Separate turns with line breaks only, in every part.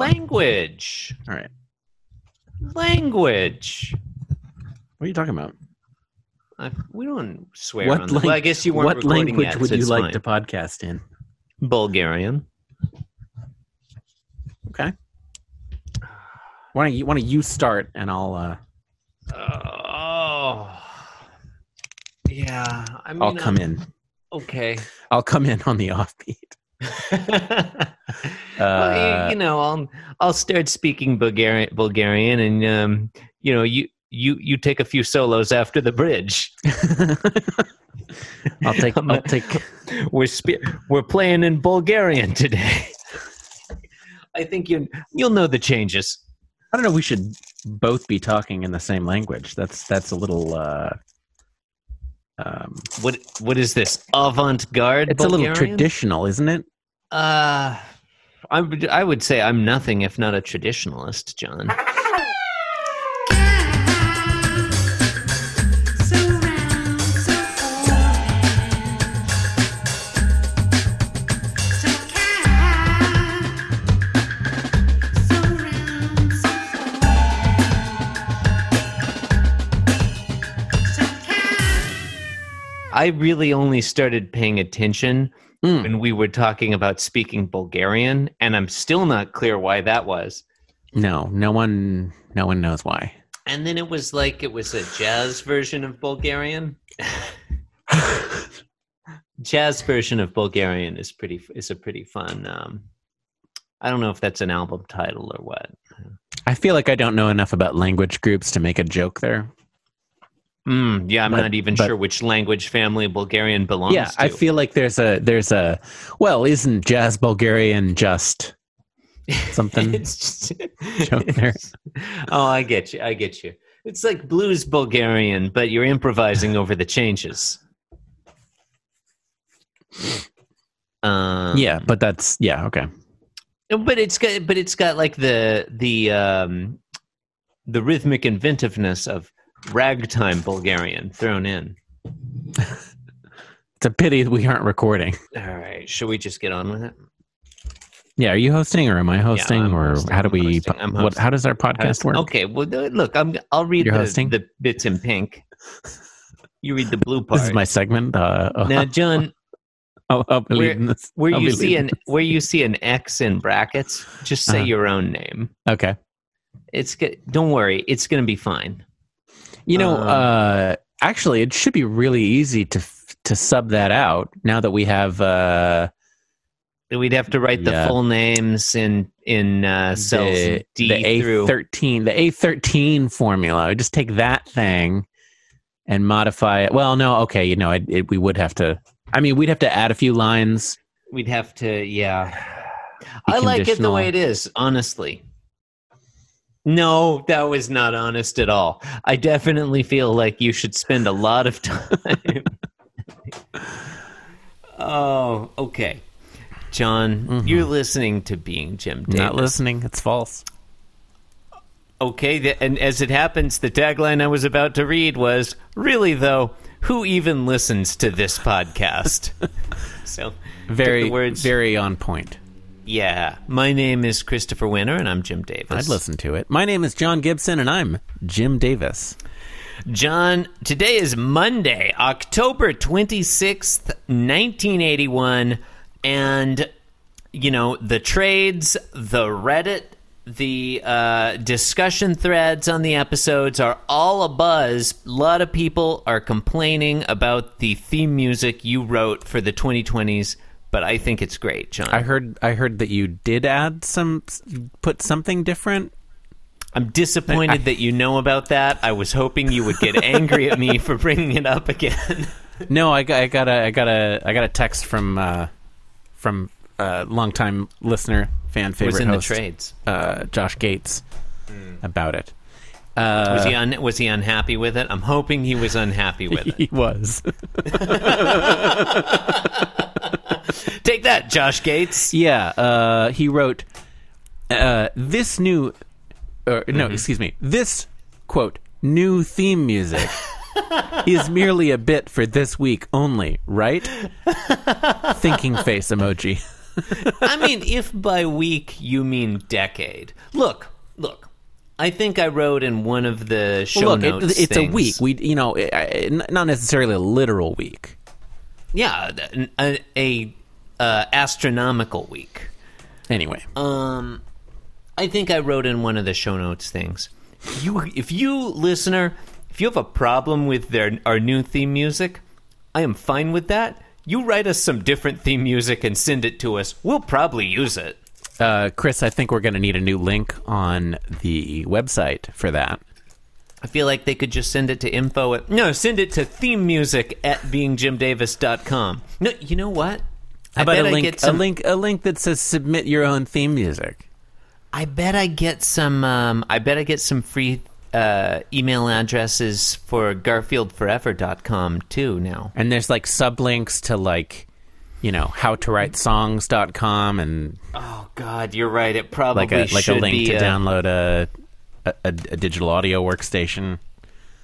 Language.
All right.
Language.
What are you talking about?
I, we don't swear
What
on the- well, I
lang-
guess you weren't
What
recording
language
yet,
would
so
you
it's
like
fine.
to podcast in?
Bulgarian.
Okay. Why don't you why don't you start and I'll uh,
Oh. Yeah. I mean, uh,
I'll come in.
Okay.
I'll come in on the offbeat.
well,
Uh,
you, you know, I'll I'll start speaking Bulgarian, Bulgarian, and um, you know, you you you take a few solos after the bridge.
I'll take
I'm a-
I'll take
We're spe- we're playing in Bulgarian today. I think you you'll know the changes.
I don't know. We should both be talking in the same language. That's that's a little. Uh, um,
What what is this avant garde?
it's a little traditional, isn't it?
Uh, I would I would say I'm nothing if not a traditionalist, John.
So round, so foreign. So kind, so round, so foreign. So kind.
I really only started paying attention
Mm.
when we were talking about speaking Bulgarian, and I'm still not clear why that was.
No, no one, no one knows why.
And then it was like it was a jazz version of Bulgarian. jazz version of Bulgarian is pretty is a pretty fun. Um, I don't know if that's an album title or what.
I feel like I don't know enough about language groups to make a joke there.
Mm, yeah, I'm
But-
not even
but-
sure which language family Bulgarian belongs
yeah,
to.
I feel like there's a there's a well, isn't jazz Bulgarian just something?
it's just,
joke there.
oh, I get you. I get you. It's like blues Bulgarian, but you're improvising over the changes. Um,
yeah, but that's yeah, okay.
Oh, but it's got but it's got like the the um, the rhythmic inventiveness of ragtime Bulgarian thrown in.
It's a pity we aren't recording.
All right, should we just get on with it?
Yeah, are you hosting or am I hosting
I'm
or
hosting,
how do
I'm
we
hosting, I'm
what how does our podcast work?
Okay, well, th- look, I'm I'll read
You're
the,
hosting?
the bits in pink. You read the blue part.
This is my segment. Uh,
now, John,
I'll, I'll be
Where-
leaving this.
where
I'll
you
be
see
leaving
an where you see an X in brackets, just say
Uh-huh.
your own name.
this. Okay.
It's go- don't worry, it's gonna be fine.
You know,
Um,
uh, actually, it should be really easy to f- to sub that out now that we have uh,
We'd have to write the
Yeah.
full names in in uh, cells
the,
D
the
through.
A13, the A13 formula. Just take that thing and modify it. Well, no, okay, you know, it, it, we would have to. I mean, we'd have to add a few lines.
We'd have to, yeah.
Be
I like it the
conditional.
way it is, honestly. No, that was not honest at all. I definitely feel like you should spend a lot of time. oh, okay. John, you're listening to Being Jim Davis.
Not listening. It's false.
Okay, th- and as it happens, the tagline I was about to read was really though, who even listens to this podcast? so took
Very,
the words.
very on point.
Yeah, my name is Christopher Winter, and I'm Jim Davis.
I'd listen to it. My name is John Gibson, and I'm Jim Davis.
John, today is Monday, October 26th, 1981. And, you know, the trades, the Reddit, the uh, discussion threads on the episodes are all a buzz. A lot of people are complaining about the theme music you wrote for the 2020s, but I think it's great, John.
I heard. I heard that you did add some, put something different.
I'm disappointed that you know about that. I was hoping you would get angry at me for bringing it up again.
No, I got, I got a, I got a, I got a text from, uh, from uh, longtime listener, fan
It
favorite
was in the
host,
trades.
uh, Josh Gates,
Hmm.
about it. Uh,
Was he un- was he unhappy with it? I'm hoping he was unhappy with it.
He was.
Take that, Josh Gates.
yeah, uh, he wrote uh, this new, or no, excuse me, this quote new theme music. is merely a bit for this week only, right? Thinking face emoji.
I mean, if by week you mean decade. Look, look. I think I wrote in one of the show
Look,
notes.
it, it's a
things-
week. We, you know, I- I- not necessarily a literal week.
Yeah, an- a, a uh, astronomical week.
Anyway,
Uh. Um, I think I wrote in one of the show notes things. You, if you listener, if you have a problem with their our new theme music, I am fine with that. You write us some different theme music and send it to us. We'll probably use it.
uh, Chris, I think we're going to need a new link on the website for that.
I feel like they could just send it to info at no, send it to theme music at beingjimdavis.com. No, you know what?
How about
I
a
bet I
link,
get some,
a link, a link that says submit your own theme music?
I bet I get some. Um, I bet I get some free uh, email addresses for GarfieldForever.com too now.
And there's like sublinks to like, you know, howtowritesongs.com and
Oh God, you're right. It probably
like a like a
should
link
be
to
a-
download a a, a a digital audio workstation.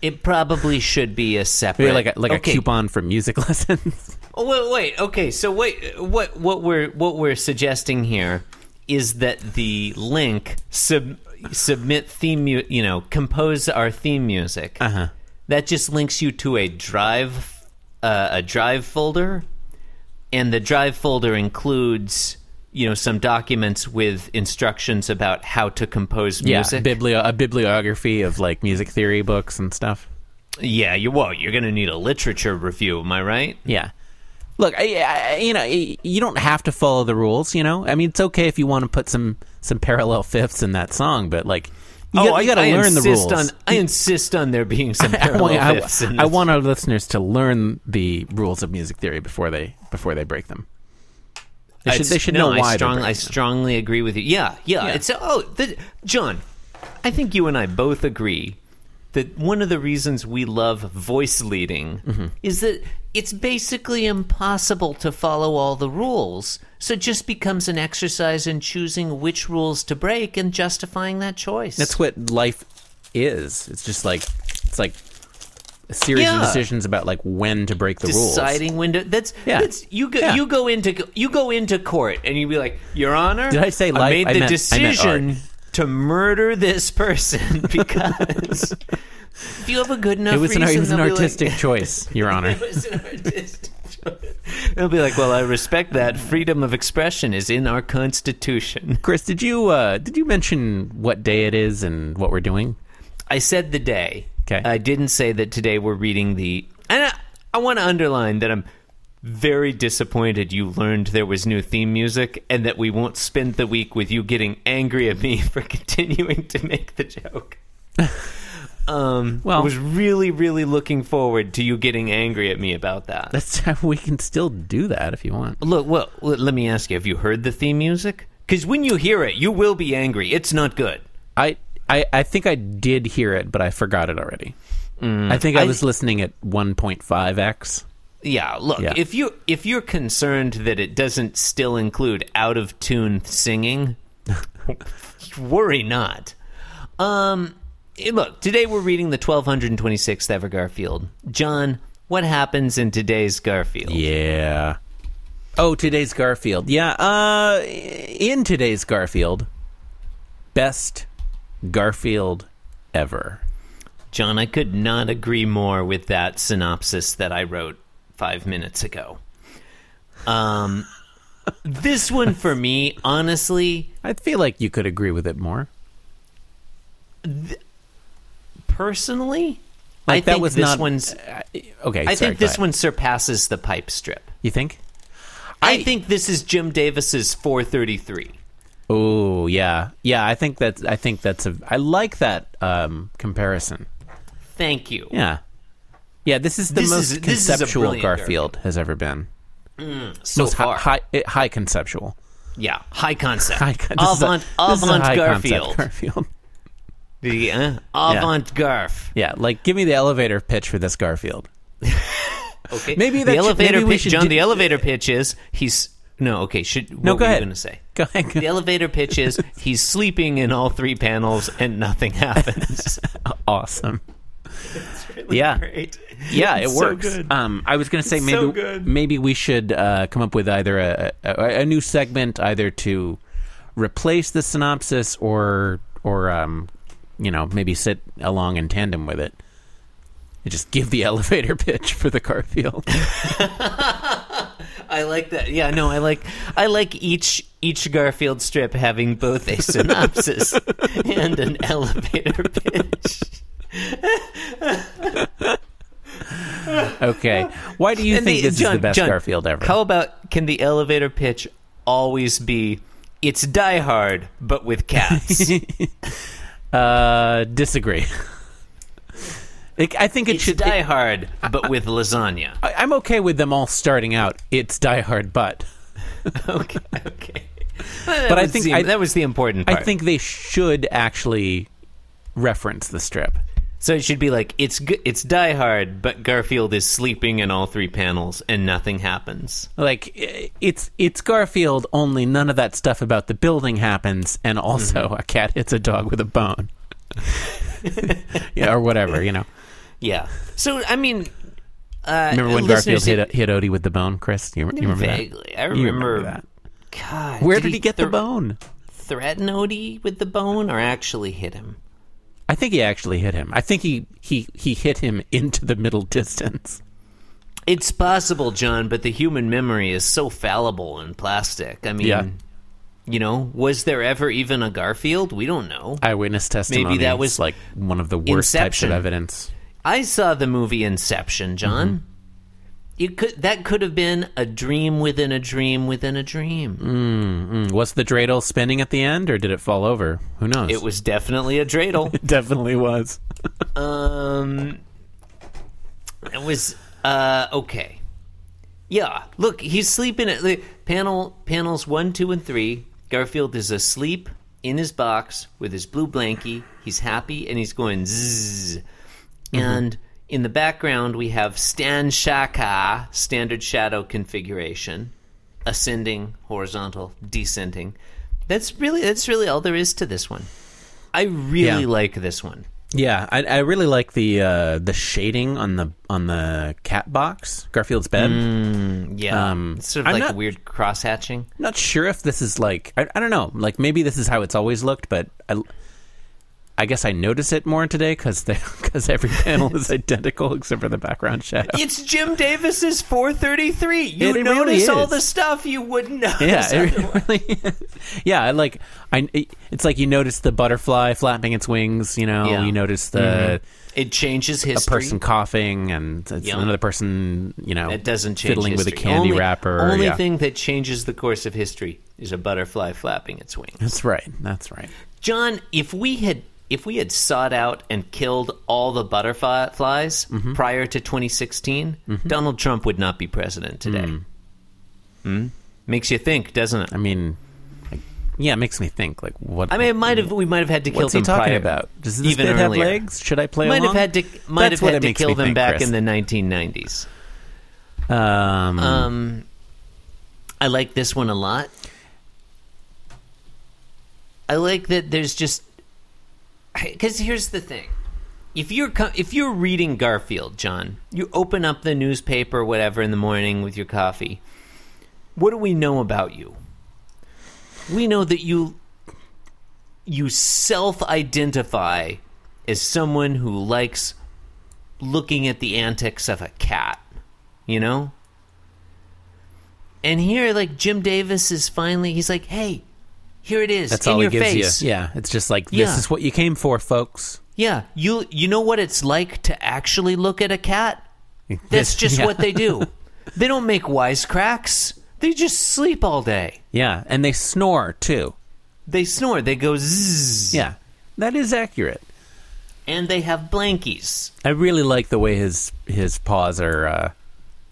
It probably should be a separate,
Maybe like a, like
Okay.
a coupon for music lessons.
Oh, wait, wait. Okay, so wait, what what we're what we're suggesting here is that the link sub, submit theme, mu- you know, compose our theme music.
Uh-huh.
That just links you to a drive, uh, a drive folder, and the drive folder includes. You know some documents with instructions about how to compose music.
biblio- a bibliography of like music theory books and stuff.
Yeah, you well, you're gonna need a literature review, am I right?
Yeah. Look, I, I, you know, y- you don't have to follow the rules. You know, I mean, it's okay if you want to put some some parallel fifths in that song, but like, you, got, you got to Oh, learn the
Oh, insist
rules.
On, I insist on there being some
I
parallel
want, I-
fifths. in
I
this.
want our listeners to learn the rules of music theory before they before they break them. They should,
It's-
they should
no,
know why.
I,
they're
strong,
breaking
I
them.
strongly agree with you. Yeah, yeah.
Yeah.
It's oh, the, John, I think you and I both agree that one of the reasons we love voice leading
Mm-hmm.
is that it's basically impossible to follow all the rules. So it just becomes an exercise in choosing which rules to break and justifying that choice.
That's what life is. It's just like it's like a series
Yeah.
of decisions about like when to break the rules.
deciding when to. That's
Yeah.
that's you go
Yeah.
you go into you go into court and you be like, Your Honor,
Did I say life?
made
I
the
meant- I meant
decision to murder this person because if you have a good enough
It was an,
reason,
it was an
they'll be
artistic
Like,
choice, Your Honor.
it was an artistic. choice. They'll be like, well, I respect that. Freedom of expression is in our Constitution.
Chris, did you uh, did you mention what day it is and what we're doing?
I said the day.
Okay.
I didn't say that today we're reading the. And I, I want to underline that I'm very disappointed you learned there was new theme music and that we won't spend the week with you getting angry at me for continuing to make the joke. Um,
Well-
I was really, really looking forward to you getting angry at me about that.
That's we can still do that if you want.
Look, well, l- let me ask you: Have you heard the theme music? Because when you hear it, you will be angry. It's not good.
I I, I think I did hear it, but I forgot it already. I think I,
Mm. I-
was listening at 1.5x.
Yeah, look,
Yeah.
if you if you're concerned that it doesn't still include out of tune singing, worry not. Um eh, look, today we're reading the 1226th ever Garfield. John, what happens in today's Garfield?
Yeah. Oh, today's Garfield. Yeah. Uh, in today's Garfield, best Garfield ever.
John, I could not agree more with that synopsis that I wrote 5 minutes ago. Um this one for me, honestly,
I feel like you could agree with it more.
personally,
Like
I
that
think
was
this
not-
one's
Okay.
I
sorry,
think
go
this
ahead.
one surpasses the pipe strip.
You think?
I,
I-
think this is Jim Davis's 433.
Oh yeah, yeah. I think that's. I think that's a. I like that um, comparison.
Thank you.
Yeah, yeah. This is the
This
most
is- this is a
conceptual
brilliant
Garfield, has ever been.
so
Most hi-
far.
high, eh, high conceptual.
yeah, high concept.
High con- this is a-
avant
this is a
avant
high concept
Garfield.
Garfield.
The, uh, avant Garf.
Yeah, like give me the elevator pitch for this Garfield.
Okay.
Maybe that
the
should-
elevator
maybe we
pitch
should
John,
do-
the elevator pitch is he's no, okay, should
No,
what
go
were
ahead.
you going to say?
Go ahead.
The elevator pitch is he's sleeping in all three panels and nothing happens.
awesome.
Really
Yeah.
great.
Yeah, it
It's so
works.
good.
Um, I was going to say
It's
maybe
so good.
maybe we should uh, come up with either a, a, a new segment, either to replace the synopsis or or um, you know maybe sit along in tandem with it. And Just give the elevator pitch for the Garfield.
I like that. Yeah, no, I like I like each each Garfield strip having both a synopsis and an elevator pitch.
okay, why do you
And
think
the-
this is
John-
the best
John,
Garfield ever?
How about can the elevator pitch always be it's Die Hard but with cats?
uh, disagree. It- I think it
it's
should.
Die
it-
Hard but with lasagna.
I, I'm okay with them all starting out. It's Die Hard, but.
Okay, okay.
But I
was
think
the-
I-
that was the important part.
I think they should actually reference the strip.
so. It should be like it's g- it's Die Hard, but Garfield is sleeping in all three panels and nothing happens.
Like i- it's it's Garfield, only none of that stuff about the building happens, and also
Mm-hmm.
a cat hits a dog with a bone, yeah, or whatever. You know,
Yeah. So I mean, uh,
remember when
listeners-
Garfield hit hit Odie with the bone, Chris? You, you remember that?
Vaguely, I remember,
You remember that?
God,
Where did, he, get the
thre-
bone?
Threaten Odie with the bone, or actually hit him?
I think he actually hit him. I think he he he hit him into the middle distance.
It's possible, John, but the human memory is so fallible and plastic. I mean,
Yeah.
you know, was there ever even a Garfield? We don't know.
Eyewitness testimony.
that
is,
was
like one of the worst types of
Inception.
evidence.
I saw the movie Inception, John.
Mm-hmm.
It could that could have been a dream within a dream within a dream.
Mm. Was the dreidel spinning at the end, or did it fall over? Who knows?
It was definitely a dreidel.
definitely was.
um, it was uh okay. Yeah, look, he's sleeping at the panel panels one, two, and three. Garfield is asleep in his box with his blue blankie. He's happy and he's going zzz. And in the background, we have Stan Shaka, standard shadow configuration, ascending, horizontal, descending. That's really that's really all there is to this one. I really
Yeah.
like this one.
Yeah, I, I really like the uh, the shading on the on the cat box, Garfield's bed.
Mm. Yeah,
Um,
it's sort of
I'm
like
not-
a weird cross hatching.
Not sure if this is like I, I don't know, like maybe this is how it's always looked, but I, I guess I notice it more today because because every panel is identical except for the background shadow.
It's Jim Davis's 433. You
It really
notice all
is.
the stuff you wouldn't notice.
Yeah, it
otherwise.
really is. yeah. I like. I it's like you notice the butterfly flapping its wings. You know,
Yeah.
you notice the.
it changes
a
history.
person coughing and it's
Yeah.
another person, you know,
That doesn't change
fiddling with a
history.
candy
only,
wrapper.
Only
yeah.
thing that changes the course of history is a butterfly flapping its wings.
That's right. That's right.
John, if we had if we had sought out and killed all the butterflies
Mm-hmm.
prior to 2016, Donald Trump would not be president today.
Mm.
Hmm? Makes you think, doesn't it?
I mean, like, yeah, it makes me think. Like, what?
I mean, it might have we might have had to kill
what's he
them prior-
talking about? Does this
even
bit have
earlier.
legs? Should I play
Might
along?
have had to might
That's
have
what
had to
it makes
kill
me
them
think,
back
Chris.
in the 1990s.
Um,
Um, I like this one a lot. I like that there's just because here's the thing: if you're co- if you're reading Garfield, John, you open up the newspaper, or whatever, in the morning with your coffee. What do we know about you? We know that you you self-identify as someone who likes looking at the antics of a cat. You know, and here, like Jim Davis is finally, he's like, "Hey, here it is
that's
in
all he
your
gives
face.
you. Yeah, it's just like
Yeah.
this is what you came for, folks.
Yeah, you you know what it's like to actually look at a cat? That's
This-
just
yeah.
what they do. they don't make wisecracks. They just sleep all day.
Yeah, and they snore too.
They snore. They go zzz.
Yeah, that is accurate.
and they have blankies.
I really like the way his his paws are uh,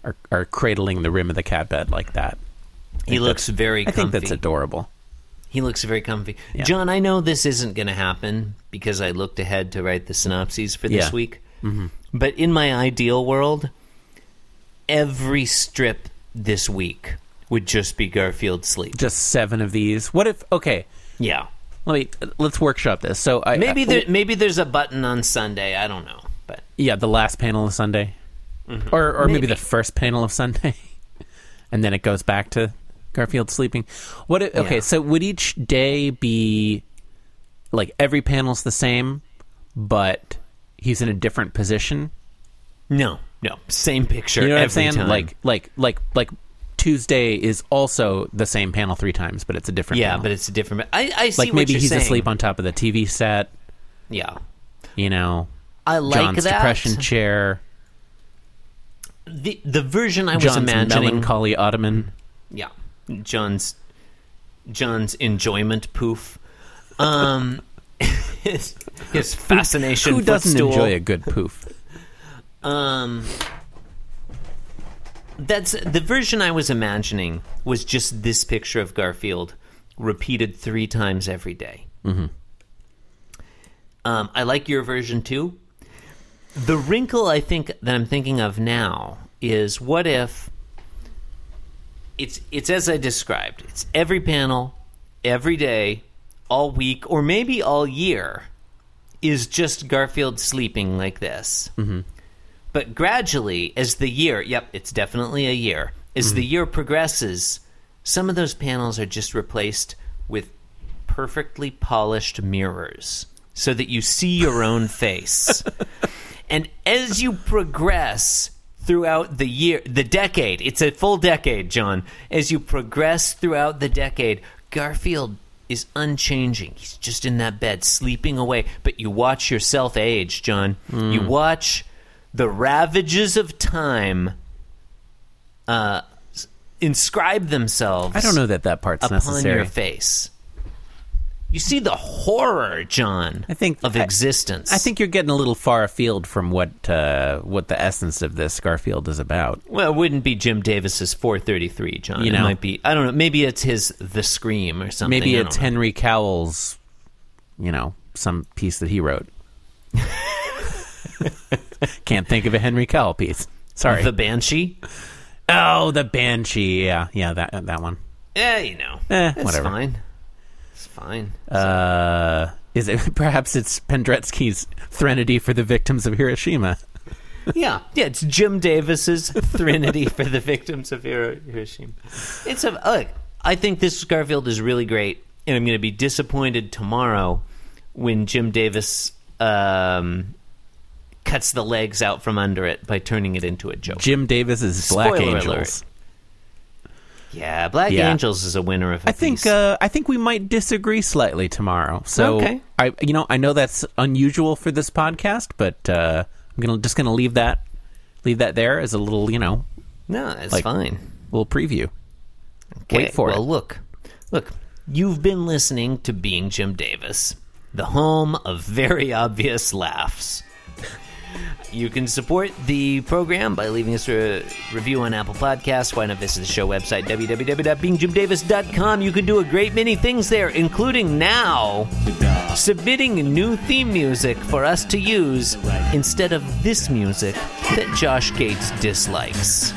are, are cradling the rim of the cat bed like that.
He looks very.
I
comfy.
think that's adorable.
He looks very comfy. John, I know this isn't going to happen because I looked ahead to write the synopses for this
Yeah. Mm-hmm.
week. But in my ideal world, every strip this week would just be Garfield sleep.
Just seven of these. What if? Okay,
Yeah.
let me let's workshop this. So I
Maybe
I- uh,
there, maybe there's a button on Sunday. I don't know. But
Yeah, the last panel of Sunday,
Mm-hmm.
or or maybe. the first panel of Sunday, and then it goes back to Garfield sleeping. What? If, okay,
Yeah.
so would each day be like every panel's the same, but he's in a different position?
no, no, same picture
You know what I'm
every
saying?
time.
Like like like like Tuesday is also the same panel three times, but it's a different.
yeah,
panel.
but it's a different. I, I see
like
what
maybe
you're
he's
saying.
asleep on top of the TV set.
Yeah,
You know,
I like
John's
that.
depression chair.
The the version I was
John's
imagining.
melancholy ottoman.
yeah, John's John's enjoyment poof. Um, his, his fascination.
Who doesn't
footstool.
enjoy a good poof?
Um, that's the version I was imagining was just this picture of Garfield repeated three times every day. Um, I like your version too. The wrinkle I think that I'm thinking of now is what if it's it's as I described. It's every panel, every day, all week, or maybe all year, is just Garfield sleeping like this. But gradually, as the year, yep, it's definitely a year, as the year progresses, some of those panels are just replaced with perfectly polished mirrors so that you see your own face. and as you progress throughout the year, the decade, it's a full decade, John, as you progress throughout the decade, Garfield is unchanging. He's just in that bed, sleeping away. But you watch yourself age, John.
Hmm.
You watch the ravages of time uh, s- inscribe themselves
I don't know that that part's
upon
necessary.
your face. You see the horror, John,
I think-
of
I-
existence.
I think you're getting a little far afield from what uh, what the essence of this Garfield is about.
Well, it wouldn't be Jim Davis's 433, John.
You
it
know.
might be. I don't know. Maybe it's his The Scream or something.
Maybe
I
it's
don't know.
Henry Cowell's, you know, some piece that he wrote. Can't think of a Henry Cowell piece. Sorry.
The Banshee.
oh, the Banshee. Yeah, yeah, that that one.
Yeah, you know.
Eh,
it's
whatever.
fine. It's fine.
Uh, is it perhaps it's Pendretsky's Threnody for the Victims of Hiroshima?
yeah, yeah. It's Jim Davis's Threnody for the Victims of Hiro- Hiroshima. It's a look. I think this Garfield is really great, and I'm going to be disappointed tomorrow when Jim Davis um, cuts the legs out from under it by turning it into a joke.
Jim Davis's Black
Spoiler
Angels.
alert. Yeah, Black
Yeah.
Angels is a winner of. I
I think uh, I think we might disagree slightly tomorrow. So
Okay.
I you know I know that's unusual for this podcast, but uh, I'm gonna just gonna leave that leave that there as a little you know
no, that's
like-
fine.
little preview.
Okay,
Wait for
well,
it.
look, look. You've been listening to Being Jim Davis, the home of very obvious laughs. You can support the program by leaving us a review on Apple Podcasts. Why not visit the show website, www.beingjimdavis.com? You can do a great many things there, including now submitting new theme music for us to use instead of this music that Josh Gates dislikes.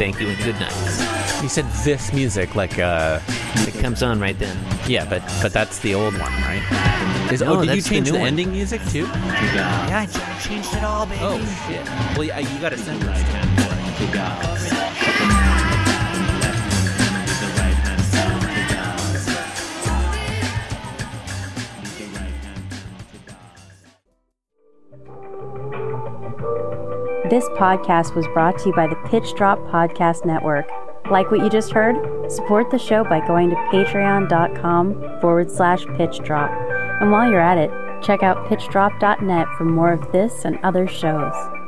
Thank you and good night.
You said this music like uh
It comes on right then.
yeah, but but that's the old one, right? Is,
No,
oh, did you
that's the
change
new
the,
one.
ending music too?
Yeah, I changed it all, baby.
Oh shit! Well, yeah, you got to send this.
This podcast was brought to you by the Pitch Drop Podcast Network. Like what you just heard? Support the show by going to patreon.com forward slash pitch drop. And while you're at it, check out pitchdrop.net for more of this and other shows.